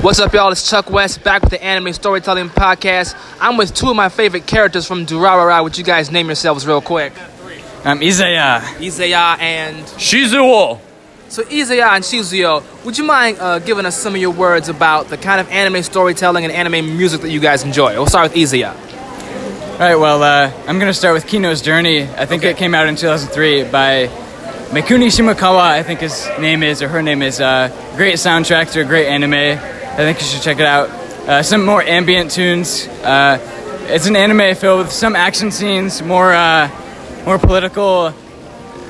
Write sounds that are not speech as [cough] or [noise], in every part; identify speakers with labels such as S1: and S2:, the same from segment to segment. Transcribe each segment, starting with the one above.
S1: What's up, y'all? It's Chuck West back with the Anime Storytelling Podcast. I'm with two of my favorite characters from Durarara. Would you guys name yourselves real quick?
S2: I'm Um, Izaya.
S1: Izaya and
S2: Shizuo.
S1: so Izaya and Shizuyo. Would you mind uh, giving us some of your words about the kind of anime storytelling and anime music that you guys enjoy? We'll start with Izaya.
S2: All right, well, uh, I'm going to start with Kino's Journey. I think it came out in 2003 by Mikuni Shimakawa, I think his name is, or her name is. Uh, great soundtrack to a great anime. I think you should check it out. Uh, some more ambient tunes. Uh, it's an anime filled with some action scenes, more, uh, more political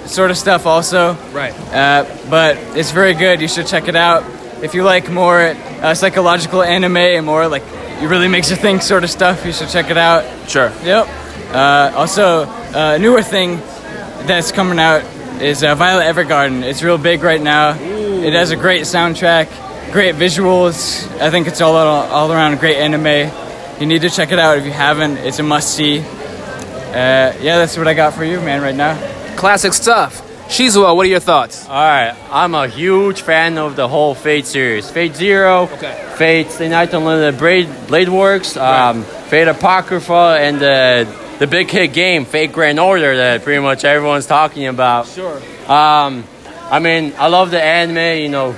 S2: sort of stuff also.
S1: Right.
S2: Uh, but it's very good. You should check it out. If you like more uh, psychological anime and more like it really makes you think sort of stuff, you should check it out.
S1: Sure.
S2: Yep. Uh, also, a newer thing that's coming out is uh, Violet Evergarden. It's real big right now. It has a great soundtrack, great visuals. I think it's all all around a great anime. You need to check it out if you haven't. It's a must see. Uh, yeah, that's what I got for you, man. Right now.
S1: Classic stuff. Shizuo, what are your thoughts?
S3: Alright, I'm a huge fan of the whole Fate series. Fate Zero,
S1: Okay.
S3: Fate Stay Night Unlimited Blade, Blade Works, um, Fate Apocrypha, and the, the big hit game, Fate Grand Order, that pretty much everyone's talking about.
S1: Sure.
S3: Um, I mean, I love the anime, you know,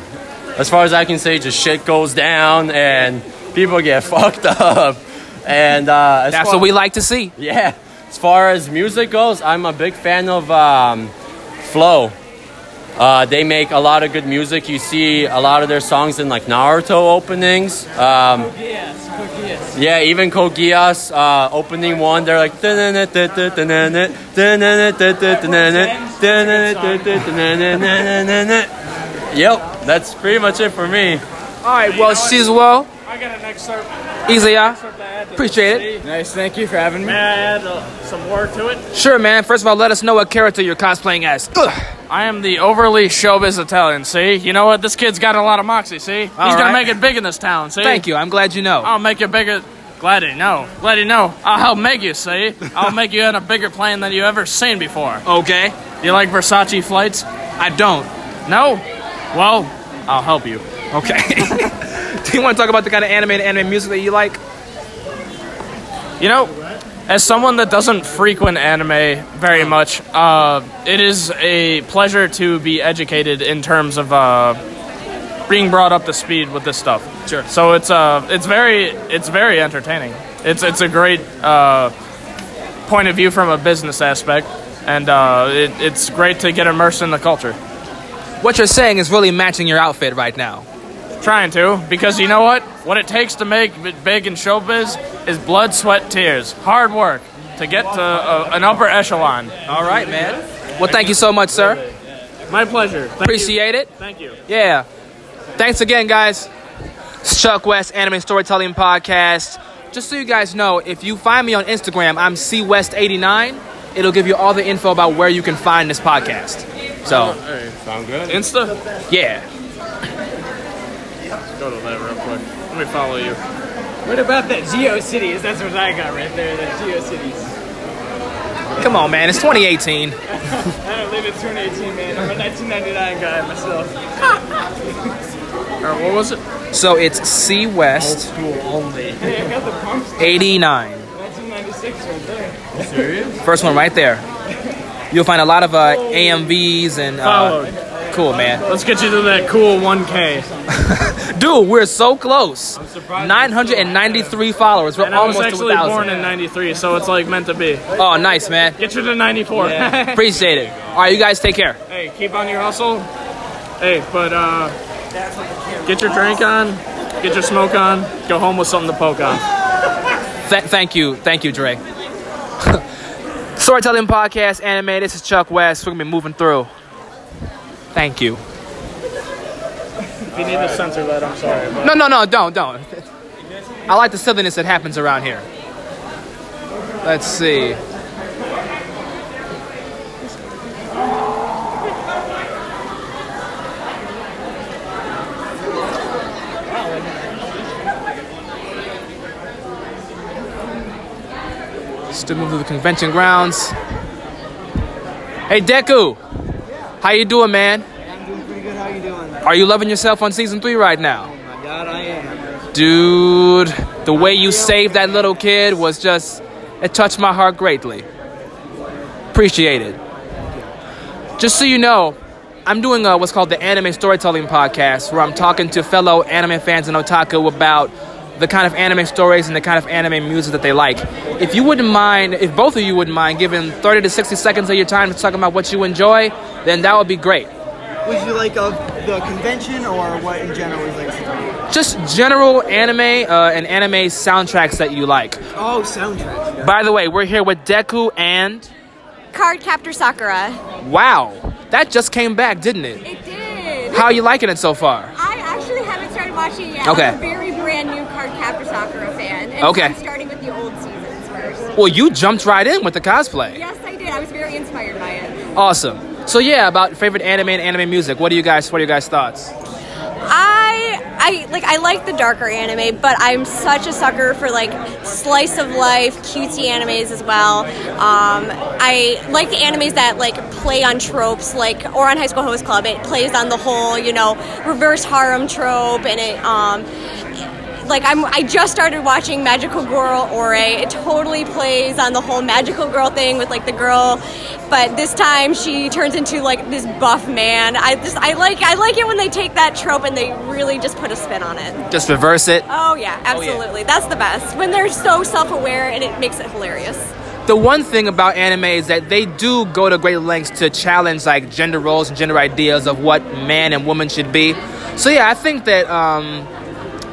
S3: as far as I can say, just shit goes down and people get [laughs] fucked up. And uh, as
S1: That's
S3: far-
S1: what we like to see.
S3: yeah. As far as music goes, I'm a big fan of um, Flow. Uh, they make a lot of good music. You see a lot of their songs in like Naruto openings. Um, yeah, even Kogias uh, opening one, they're like. Yep, that's pretty much it for me.
S1: All right. Well, Shizuo,
S4: I got an excerpt.
S1: Izaya.
S4: excerpt I had to
S1: Appreciate it.
S2: Nice. Thank you for having me.
S4: May I add uh, some more to it?
S1: Sure, man. First of all, let us know what character you're cosplaying as. Ugh.
S4: I am the overly showbiz Italian, see? You know what? This kid's got a lot of moxie, see? He's
S1: All
S4: gonna
S1: right.
S4: make it big in this town, see?
S1: Thank you. I'm glad you know.
S4: I'll make it bigger. Glad you know. Glad you know. I'll help make you, see? I'll make you in a bigger plane than you ever seen before.
S1: Okay.
S4: You like Versace flights?
S1: I don't.
S4: No? Well, I'll help you.
S1: Okay. [laughs] Do you want to talk about the kind of anime and anime music that you like?
S4: You know, as someone that doesn't frequent anime very much, uh, it is a pleasure to be educated in terms of uh, being brought up to speed with this stuff.
S1: Sure.
S4: So it's uh, it's very it's very entertaining. It's it's a great uh, point of view from a business aspect, and uh, it, it's great to get immersed in the culture.
S1: What you're saying is really matching your outfit right now.
S4: Trying to, because you know what? What it takes to make it big in showbiz is blood, sweat, tears, hard work to get to uh an upper echelon.
S1: All right, man. Well, thank you so much, sir.
S4: My pleasure. Thank
S1: Appreciate it.
S4: Thank you.
S1: Yeah. Thanks again, guys. It's Chuck West, Anime Storytelling Podcast. Just so you guys know, if you find me on Instagram, I'm cwest89. It'll give you all the info about where you can find this podcast. So,
S3: Sound good?
S4: Insta.
S1: yeah.
S4: Go to that real quick. Let me follow you.
S5: What about that GeoCities? That's what I got right there, that GeoCities.
S1: Come on, man. It's 2018.
S5: [laughs]
S4: Uh,
S5: I don't live in 2018, man. I'm a 1999 guy myself.
S4: Or what was it?
S1: So it's C West
S5: Hey, I got the pumps.
S1: 89.
S5: 1996 right there.
S1: First one right there. You'll find a lot of uh, AMVs and uh, cool man.
S4: Let's get you to that cool 1K.
S1: [laughs] Dude, we're so close. 993 followers. We're
S4: And I was
S1: almost to
S4: actually born
S1: 1,000.
S4: in '93, so it's like meant to be.
S1: Oh, nice man.
S4: Get you to '94. [laughs]
S1: Appreciate it. All right, you guys take care.
S4: hey, keep on your hustle. Hey, but uh, get your drink on, get your smoke on, go home with something to poke on.
S1: Th- thank you, thank you, Dre. [laughs] Storytelling podcast, anime. This is Chuck West. We're gonna be moving through. Thank you.
S4: If you need to censor that, I'm sorry. But
S1: No, no, no, don't, don't. I like the southernness that happens around here. Let's see. Still moving to the convention grounds. Hey, Deku, how you doing, man?
S5: I'm doing pretty good. How you doing?
S1: Are you loving yourself on season three right now?
S5: My God, I am.
S1: Dude, the way you saved that little kid was just, it touched my heart greatly. Appreciate it. Just so you know, I'm doing uh what's called the Anime Storytelling Podcast, where I'm talking to fellow anime fans and otaku about the kind of anime stories and the kind of anime music that they like. If you wouldn't mind, if both of you wouldn't mind giving 30 to 60 seconds of your time to talk about what you enjoy, then that would be great.
S6: Was you like of the convention or what in general was like?
S1: Just general anime uh, and anime soundtracks that you like.
S6: Oh, soundtrack.
S1: By the way, we're here with Deku and
S7: Card Captor Sakura.
S1: wow, that just came back, didn't it?
S7: It did.
S1: How are you liking it so far?
S7: I actually haven't started watching it yet.
S1: Okay.
S7: I'm a very brand new Card Captor Sakura fan. And
S1: Okay.
S7: So I'm starting with the old seasons first.
S1: Well, you jumped right in with the cosplay.
S7: Yes, I did. I was very inspired by it.
S1: Awesome. So yeah, about favorite anime and anime music. What do you guys? What are you guys' thoughts?
S7: I I like I like the darker anime, but I'm such a sucker for like slice of life, cutesy animes as well. Um, I like the animes that like play on tropes, like or on High School Host Club. It plays on the whole, you know, reverse harem trope, and it um, like I'm I just started watching Magical Girl Ore. It totally plays on the whole magical girl thing with like the girl, but this time she turns into like this buff man. I just I like I like it when they take that trope and they really just put a spin on it.
S1: Just reverse it.
S7: Oh yeah, absolutely. That's the best. When they're so self-aware and it makes it hilarious.
S1: The one thing about anime is that they do go to great lengths to challenge like gender roles and gender ideas of what man and woman should be. So yeah, I think that um,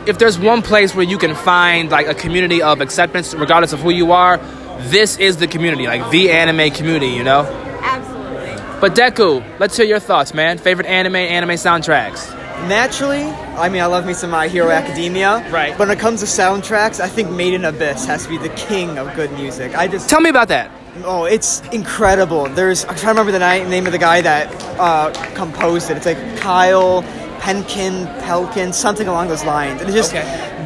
S1: if there's one place where you can find like a community of acceptance, regardless of who you are, this is the community, like the anime community, you know.
S7: Absolutely.
S1: But Deku, let's hear your thoughts, man. Favorite anime, anime soundtracks.
S6: Naturally, I mean, I love me some My Hero Academia.
S1: Right.
S6: But when it comes to soundtracks, I think Made in Abyss has to be the king of good music. I just
S1: Tell me about that.
S6: Oh, it's incredible. There's I'm trying to remember the ni- name of the guy that uh, composed it. It's like Kyle Penkin Pelkin, something along those lines. And it's just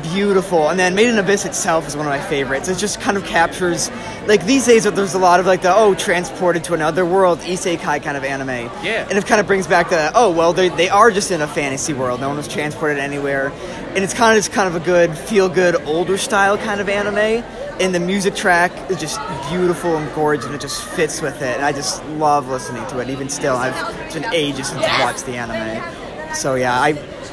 S6: beautiful. And then Made in Abyss itself is one of my favorites. It just kind of captures like these days there's a lot of like the oh transported to another world isekai kind of anime.
S1: Yeah.
S6: And it kind of brings back the oh well they they are just in a fantasy world. No one was transported anywhere. And it's kind of just kind of a good feel good older style kind of anime. And the music track is just beautiful and gorgeous, and it just fits with it. And I just love listening to it. Even still, I've it's been ages since I've watched the anime. So yeah, I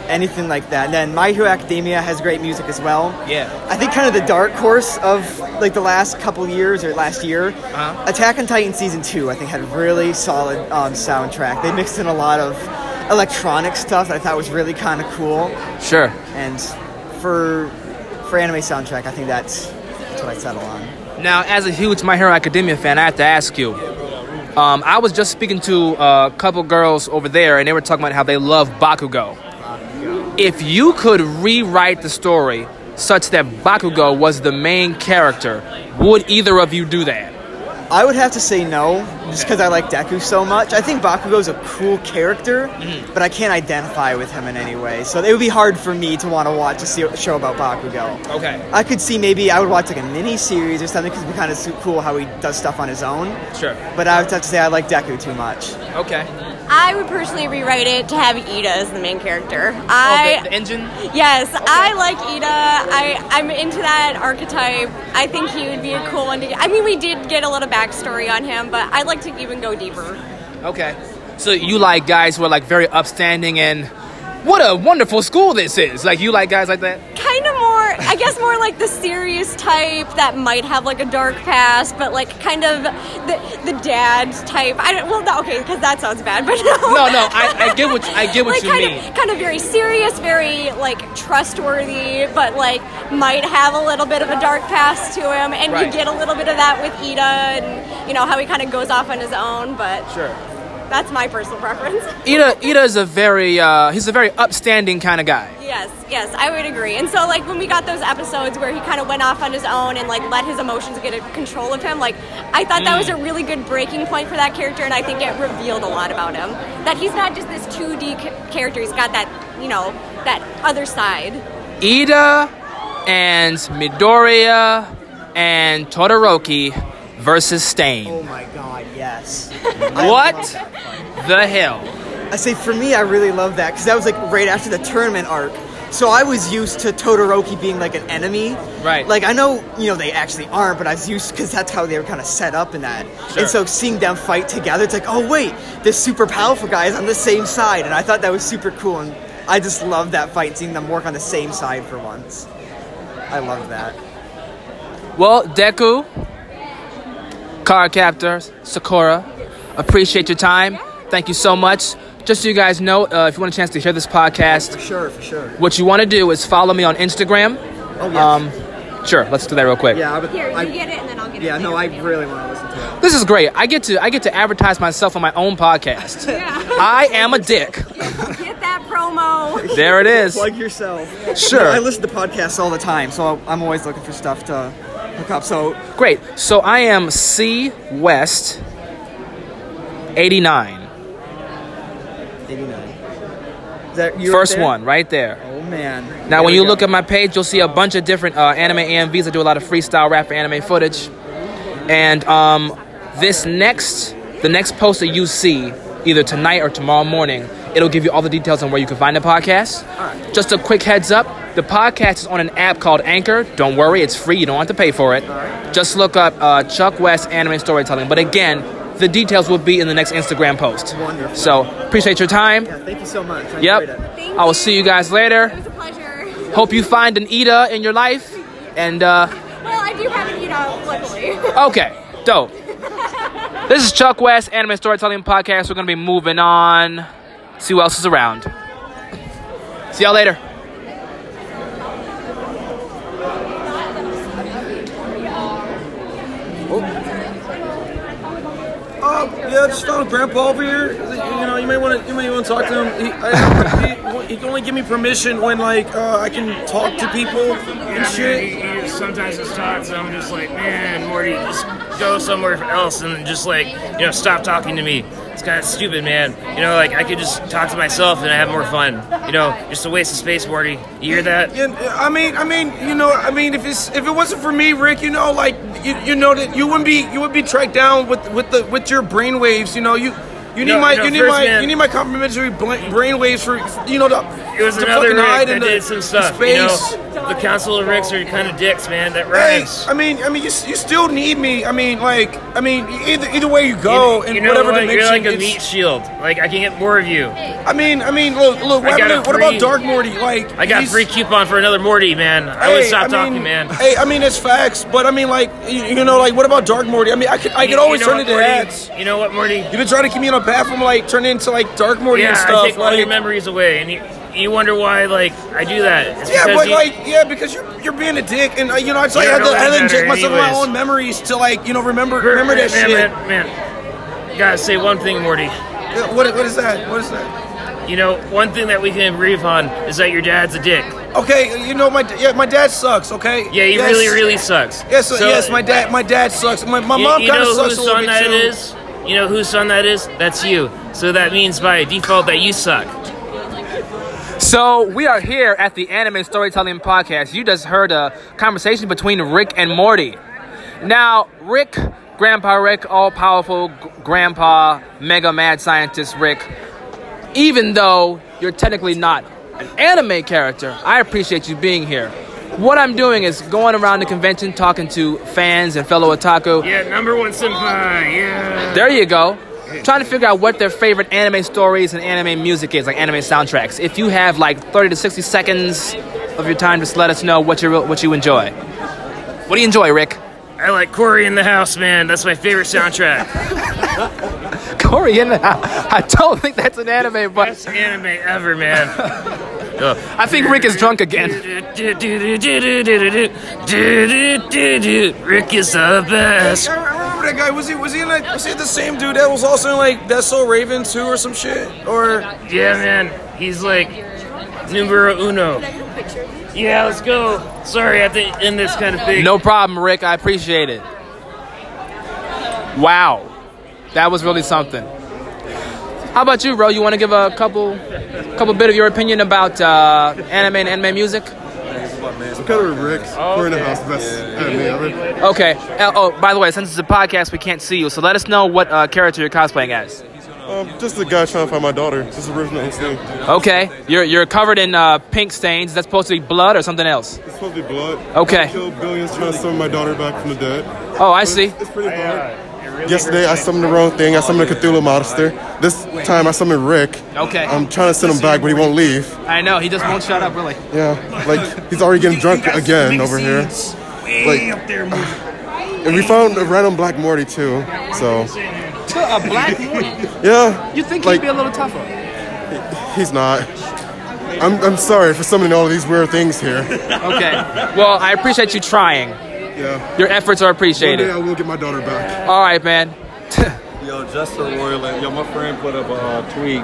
S6: anything like that. And then My Hero Academia has great music as well.
S1: Yeah.
S6: I think kind of the dark horse of like the last couple years or last year, Attack on Titan season two. I think had a really solid um, soundtrack. They mixed in a lot of electronic stuff that I thought was really kind of cool.
S1: Sure.
S6: And for for anime soundtrack, I think that's, that's what I settle on.
S1: Now, as a huge My Hero Academia fan, I have to ask you. Um, I was just speaking to a couple girls over there, and they were talking about how they love Bakugo. If you could rewrite the story such that Bakugo was the main character, would either of you do that?
S6: I would have to say no, just because I like Deku so much. I think Bakugo's a cool character, but I can't identify with him in any way. So it would be hard for me to want to watch a se- show about Bakugo.
S1: Okay.
S6: I could see maybe I would watch like a mini series or something because it'd be kind of cool how he does stuff on his own.
S1: Sure.
S6: But I would have to say I like Deku too much.
S1: Okay.
S7: I would personally rewrite it to have Ida as the main character.
S1: Oh,
S7: I
S1: the, the engine?
S7: Yes, I like Ida. I, I'm into that archetype. I think he would be a cool one to get. I mean, we did get a little backstory on him, but I'd like to even go deeper.
S1: Okay. So you like guys who are like very upstanding and what a wonderful school this is. Like you like guys
S7: [laughs]
S1: like that?
S7: Kind of more, I guess, more like the serious type that might have like a dark past, but like kind of the, the dad type. I don't, well, no, okay, because that sounds bad, but no.
S1: No, no, I, I get what I get what
S7: like
S1: you
S7: kind
S1: mean.
S7: of kind of very serious, very like trustworthy, but like might have a little bit of a dark past to him, and
S1: Right.
S7: you get a little bit of that with Ida, and you know how he kind of goes off on his own. But
S1: Sure.
S7: that's my personal [laughs] preference.
S1: Ida Ida is a very uh, he's a very upstanding kind of guy.
S7: yes, yes, I would agree. And so like when we got those episodes where he kind of went off on his own and like let his emotions get a control of him, like I thought that
S1: Mm.
S7: was a really good breaking point for that character, and I think it revealed a lot about him that he's not just this two D ca- character. He's got that you know that other side.
S1: Ida and Midoriya and Todoroki versus
S6: Oh
S1: Stain.
S6: my god, yes.
S1: What the hell?
S6: I say for me, I really love that because that was like right after the tournament arc. So I was used to Todoroki being like an enemy.
S1: Right.
S6: Like I know, you know, they actually aren't, but I was used because that's how they were kind of set up in that.
S1: Sure.
S6: And so seeing them fight together, it's like, oh wait, this super powerful guy is on the same side, and I thought that was super cool, and I just loved that fight, seeing them work on the same side for once. I love that.
S1: Well, Deku, Card Captors, Sakura, appreciate your time. Thank you so much. Just so you guys know, uh, if you want a chance to hear this podcast,
S6: Sure, for sure.
S1: what you want to do is follow me on Instagram.
S6: Oh yeah.
S1: Um, sure, let's do that real quick.
S6: yeah, I would-
S7: Here, you
S6: I-
S7: get it, and then I'll get it.
S6: yeah,
S7: later
S6: no, I
S7: for you.
S6: really want to listen to it.
S1: This is great. I get to I get to advertise myself on my own podcast.
S7: Yeah.
S1: I am a dick.
S7: get that promo.
S1: There it is.
S6: [laughs] Plug yourself.
S1: Sure.
S6: I listen to podcasts all the time, so I'm always looking for stuff to hook up. So
S1: Great. So I am C West 89.
S6: maybe nine. Is that you right
S1: First
S6: there?
S1: one, right there.
S6: Oh man.
S1: Now,
S6: There
S1: when
S6: we
S1: you
S6: go.
S1: look at my page, you'll see a bunch of different uh, anime AMVs. I do a lot of freestyle rap for anime footage. And um, this next, the next post that you see, either tonight or tomorrow morning, it'll give you all the details on where you can find the podcast. Just a quick heads up the podcast is on an app called Anchor. Don't worry, it's free. You don't have to pay for it. Just look up uh, Chuck West Anime Storytelling. But again, the details will be in the next Instagram post.
S6: Wonderful.
S1: So, appreciate your time.
S6: Yeah, thank you so much. I
S1: Yep.
S6: enjoyed it.
S7: Thank
S1: I will see you guys later.
S7: It was a pleasure.
S1: Hope you find an Ida in your life. And, uh,
S7: Well, I do have an eat out, luckily.
S1: okay, dope. This is Chuck West, Anime Storytelling Podcast. We're going to be moving on. See who else is around. See y'all later.
S8: Oh, yeah, just thought of Grandpa over here. You know, you may want to, you may want to talk to him. He, I, he, he can only give me permission when, like, uh, I can talk to people and shit.
S5: He, he just sometimes it's hard, so I'm just like, man, Morty, just go somewhere else and just like, you know, stop talking to me. It's kind of stupid, man. You know, like I could just talk to myself and have more fun. You know, just a waste of space, Morty. You hear that?
S8: And, uh, I mean, I mean, you know, I mean, if it's if it wasn't for me, Rick, you know, like, you, you know that you wouldn't be you would be tracked down with with the with your brainwaves. You know, you. You need
S5: No,
S8: my,
S5: no,
S8: you need
S5: first
S8: my,
S5: man-
S8: you need my complimentary bl- brainwaves for, you know, the,
S5: It was
S8: to
S5: another
S8: fucking
S5: Rick
S8: hide
S5: that
S8: in the
S5: did some stuff.
S8: space.
S5: You know, the Council of Ricks are kind of dicks, man. That
S8: Hey,
S5: rhymes.
S8: I mean, I mean, you, you still need me. I mean, like, I mean, e, either either way you go,
S5: You-
S8: in
S5: you know
S8: whatever
S5: what?
S8: dimension.
S5: You're like a
S8: it's-
S5: meat shield. Like I can get more of you.
S8: I mean, I mean, look, look.
S5: I
S8: What,
S5: got a
S8: about, what
S5: free-
S8: about Dark Morty? Like,
S5: I got
S8: he's-
S5: free coupon for another Morty, man. I would
S8: hey,
S5: stop
S8: I
S5: talking,
S8: mean-
S5: man.
S8: Hey, I mean, it's facts, but I mean, like, you, you know, like, what about Dark Morty? I mean, I could, I
S5: You-
S8: could always
S5: you know
S8: turn
S5: what,
S8: into
S5: Morty?
S8: ads.
S5: You know what, Morty?
S8: You've been trying to keep me on a path from like turning into like Dark Morty
S5: Yeah,
S8: and stuff.
S5: I take all
S8: like-
S5: your memories away, and you, you wonder why, like, I do that. It's
S8: Yeah,
S5: because
S8: but
S5: you-
S8: like, yeah, because you're you're being a dick, and uh, you know, I just like
S5: You
S8: I had
S5: don't
S8: to, I had to
S5: matter
S8: inject myself in my
S5: anyways.
S8: own memories to like, you know, remember
S5: Gr-
S8: remember that
S5: man,
S8: shit.
S5: Man, man, gotta say one thing, Morty.
S8: Yeah, What what is that? What is that?
S5: You know, one thing that we can agree upon is that your dad's a dick.
S8: Okay, you know my yeah, my dad sucks. Okay.
S5: Yeah, he
S8: Yes.
S5: really, really sucks.
S8: Yes, uh,
S5: So,
S8: yes, my dad, my dad sucks. My, my
S5: you,
S8: mom
S5: you
S8: kind of
S5: know
S8: sucks
S5: whose
S8: a little
S5: son
S8: bit
S5: that
S8: too.
S5: is? You know whose son that is? That's you. So that means by default that you suck.
S1: So we are here at the Anime Storytelling Podcast. You just heard a conversation between Rick and Morty. Now, Rick, Grandpa Rick, all powerful grandpa, mega mad scientist Rick, even though you're technically not an anime character, I appreciate you being here. What I'm doing is going around the convention talking to fans and fellow otaku.
S5: Yeah, number one senpai. Yeah.
S1: There you go. Trying to figure out what their favorite anime stories and anime music is, like anime soundtracks. If you have like 30 to 60 seconds of your time, just let us know what you what you enjoy. What do you enjoy, Rick? [laughs]
S5: I like Corey in the house, man. That's my favorite soundtrack.
S1: Corey in the house. I don't think that's an anime, but
S5: Best anime ever,
S8: [laughs]
S5: man.
S1: I think Rick is drunk again.
S5: Rick is the best.
S8: I remember that guy. Was he was he in like was he the same dude that was also in like That's So Raven two or some shit? Or
S5: Yeah, man. He's like numero uno. Yeah, let's go. Sorry, I have to end this kind of thing.
S1: No problem, Rick. I appreciate it. Wow. That was really something. How about you, bro? You want to give a couple couple bit of your opinion about uh, anime and anime music?
S9: Kind of Rick's We're in the house the best anime ever.
S1: Okay. Uh, oh, by the way, since it's a podcast, we can't see you, so let us know what uh, character you're cosplaying as.
S9: Um, just a guy trying to find my daughter. Just a original instinct.
S1: Okay, you're you're covered in uh, pink stains. That's supposed to be blood or something else.
S9: It's supposed to be blood.
S1: Okay.
S9: I killed billions trying to summon my daughter back from the dead.
S1: Oh, I see.
S9: It's pretty hard. Yesterday I summoned the wrong thing. I summoned a Cthulhu monster. This time I summoned Rick.
S1: Okay.
S9: I'm trying to send him back, but he won't leave.
S1: I know he just won't shut up. Really.
S9: Yeah, like he's already getting drunk again over here. Like, and we found a random Black Morty too. So
S1: [laughs] a black Morty.
S9: yeah,
S1: You think
S9: Like-
S1: he'd be a little tougher?
S9: he's not. I'm, I'm sorry for summoning all of these weird things here.
S1: Okay. Well, I appreciate you trying.
S9: Yeah.
S1: Your efforts are appreciated.
S9: I will get my daughter back.
S1: All right, man.
S10: Yo, Justin Roiland. Yo, my friend put up a uh, tweet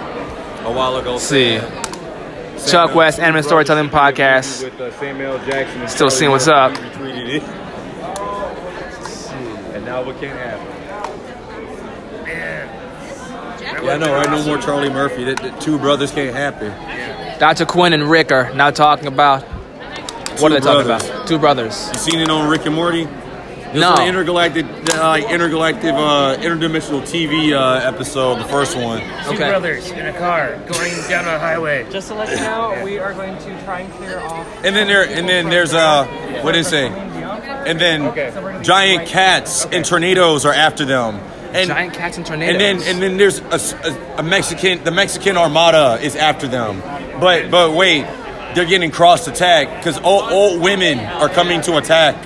S10: a while ago.
S1: see.
S10: saying-
S1: Chuck West, Anime
S10: Brothers
S1: Storytelling Podcast.
S10: With uh, Samuel Jackson. and
S1: Still
S10: Charlie
S1: seeing what's
S10: Murphy
S1: up.
S10: retweeted it. And now what can't happen? Yeah, I know, right? No more Charlie Murphy. That, that two brothers can't happen.
S1: Dr. Quinn and Rick are now talking about what are they talking about? Two brothers.
S10: You seen it on Rick and Morty? This
S1: No.
S10: is an intergalactic, uh, like intergalactic, uh, interdimensional TV uh, episode, the first one.
S5: Two
S1: Okay.
S5: brothers in a car going down a highway.
S11: Just to let you know, we are going to try and clear off.
S10: And then there, and then there's uh, what did it say? And then giant cats and tornadoes are after them. And
S1: Giant cats and tornadoes.
S10: and then and then there's a, s- a- a Mexican, the Mexican armada is after them. But but wait, they're getting cross attack because old, old women are coming to attack.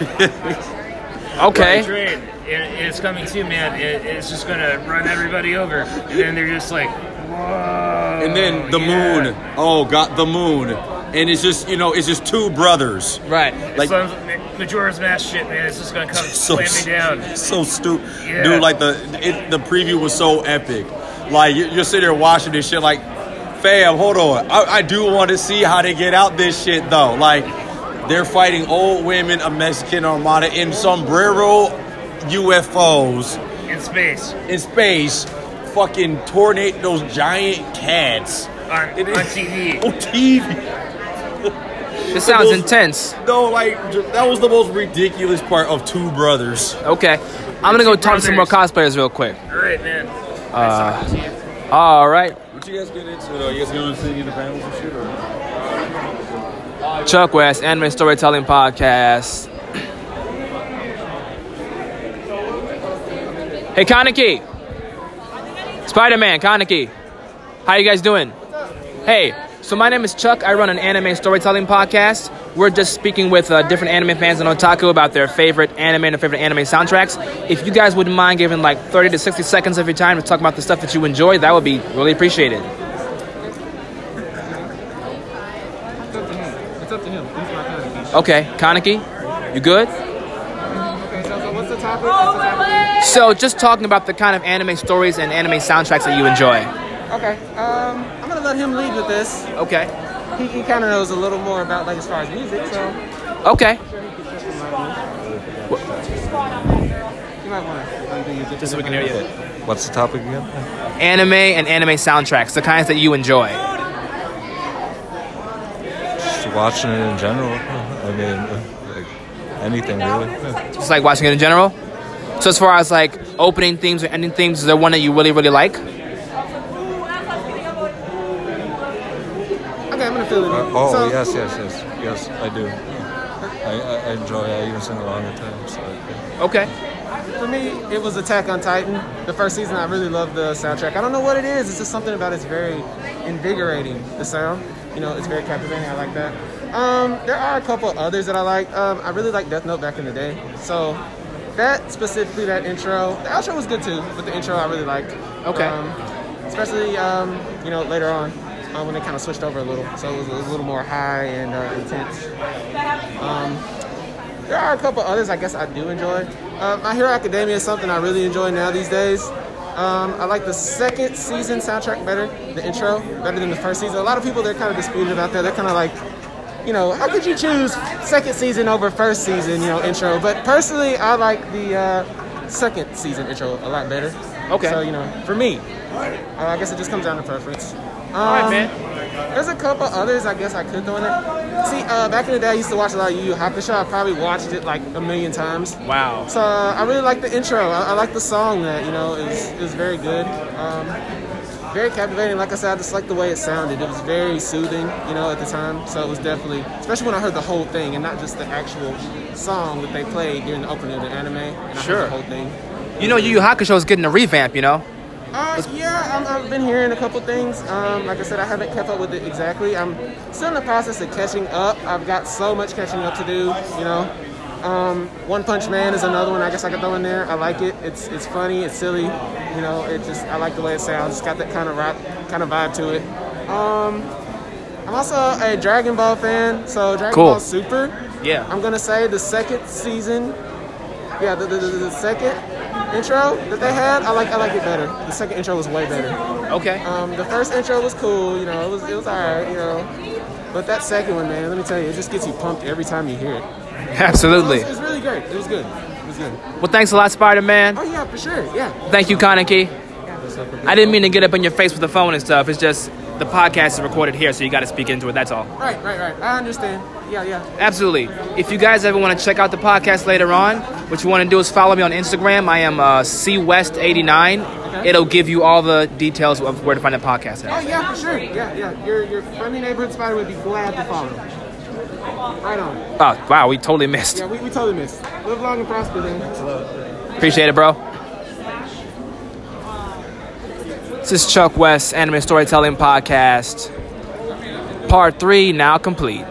S1: [laughs] okay.
S5: Train. It, it's coming too, man. It, it's just gonna run everybody over. And then they're just like, whoa.
S10: And then the
S5: yeah.
S10: moon. Oh God, the moon. And it's just you know, it's just two brothers.
S1: Right.
S10: Like-
S5: Some Majora's Mask shit, man. It's just
S1: [laughs]
S5: gonna come
S10: so
S5: slam me down.
S10: so stupid,
S5: Yeah.
S10: dude. Like the it, the preview was so epic. Like you- you're sitting there watching this shit. Like, fam, hold on. I, I do want to see how they get out this shit though. Like they're fighting old women, a Mexican armada, in sombrero UFOs
S5: in space
S10: in space. Fucking tornado, those giant cats
S5: on, on TV.
S10: [laughs] on TV.
S1: This sounds intense.
S10: No, like that was the most ridiculous part of Two Brothers.
S1: Okay. I'm gonna go talk to some more cosplayers real quick.
S5: All right, man.
S1: Uh, All right.
S10: What you guys get into though? You guys going to see in the panels and shit or?
S1: Chuck West, Anime Storytelling Podcast. Hey, Kaneki. Spider-Man, Kaneki. How you guys doing? Hey, so my name is Chuck. I run an anime storytelling podcast. We're just speaking with uh, different anime fans and otaku about their favorite anime and their favorite anime soundtracks. If you guys wouldn't mind giving like 30 to 60 seconds of your time to talk about the stuff that you enjoy, that would be really appreciated. Okay, Kaneki, you good? So, just talking about the kind of anime stories and anime soundtracks that you enjoy.
S11: Okay, um, I'm gonna let him lead with this.
S1: Okay.
S11: He, he kind of knows a little more about like as far as music, so
S1: Okay.
S11: you might want to.
S1: Just so we can hear you.
S10: What's the topic again?
S1: Anime and anime soundtracks, the kinds that you enjoy.
S10: Just watching it in general. I mean, like anything really.
S1: Just like watching it in general. So, as far as like opening themes or ending themes, is there one that you really, really like?
S11: Okay, I'm gonna fill it in.
S10: Oh
S11: so,
S10: yes, yes, yes, yes. I do. I, I, I enjoy. it. I even sing along at times. So.
S1: Okay.
S11: For me, it was Attack on Titan. The first season, I really loved the soundtrack. I don't know what it is. It's just something about it's very invigorating. The sound, you know, it's very captivating. I like that. Um, there are a couple others that I like. Um, I really like Death Note back in the day. So that specifically, that intro, the outro was good too, but the intro I really liked.
S1: Okay.
S11: Um, especially, um, you know, later on. Uh, when they kind of switched over a little, so it was, it was a little more high and uh, intense. Um, There are a couple others I guess I do enjoy. Uh, My Hero Academia is something I really enjoy now these days. Um, I like the second season soundtrack better, the intro better than the first season. A lot of people they're kind of disputed about that. They're kind of like, you know, how could you choose second season over first season, you know, intro? But personally, I like the uh, second season intro a lot better.
S1: Okay.
S11: So you know, for me, uh, I guess it just comes down to preference. Um,
S1: All right, man.
S11: There's a couple others I guess I could throw in there. See, uh, back in the day, I used to watch a lot of Yu Yu Hakusho. I probably watched it like a million times.
S4: Wow.
S11: So uh, I really like the intro. I, I like the song that you know is is very good. Um, very captivating. Like I said, I just like the way it sounded. It was very soothing, you know, at the time. So it was definitely, especially when I heard the whole thing and not just the actual song that they played during the opening of the anime. And I
S1: Sure.
S11: heard the whole thing.
S1: You know, Yu Yu Hakusho is getting a revamp. You know,
S11: Uh, yeah, I'm, I've been hearing a couple things. Um, like I said, I haven't kept up with it exactly. I'm still in the process of catching up. I've got so much catching up to do, you know. Um, one Punch Man is another one I guess I could throw in there. I like it. It's it's funny. It's silly. You know, it just I like the way it sounds. It's got that kind of rock kind of vibe to it. Um, I'm also a Dragon Ball fan, so Dragon
S1: Cool.
S11: Ball Super.
S1: Yeah.
S11: I'm gonna say the second season. Yeah, the, the, the, the second intro that they had, I like I like it better. The second intro was way better.
S1: Okay.
S11: Um, the first intro was cool. You know, it was it was alright. You know, but that second one, man, let me tell you, it just gets you pumped every time you hear it.
S1: absolutely.
S11: It was, it was really great. It was good. It was good.
S1: Well, thanks a lot, Spider Man.
S11: Oh yeah, for sure. Yeah.
S1: Thank you, Kaneki. I didn't mean to get up in your face with the phone and stuff. It's just the podcast is recorded here, so you got to speak into it. That's all.
S11: Right, right, right. I understand. Yeah, yeah.
S1: Absolutely. If you guys ever want to check out the podcast later on, what you want to do is follow me on Instagram. I am uh, cwest89.
S11: Okay.
S1: It'll give you all the details of where to find the podcast
S11: Oh
S1: at.
S11: yeah, for sure. Yeah, yeah. Your your friendly neighborhood spider would be glad to follow. Right on.
S1: Oh, wow, we totally missed.
S11: Yeah, we, we totally missed. Live long and prosper, then.
S1: Appreciate it, bro. This is Chuck West, Anime Storytelling Podcast, Part 3 now complete.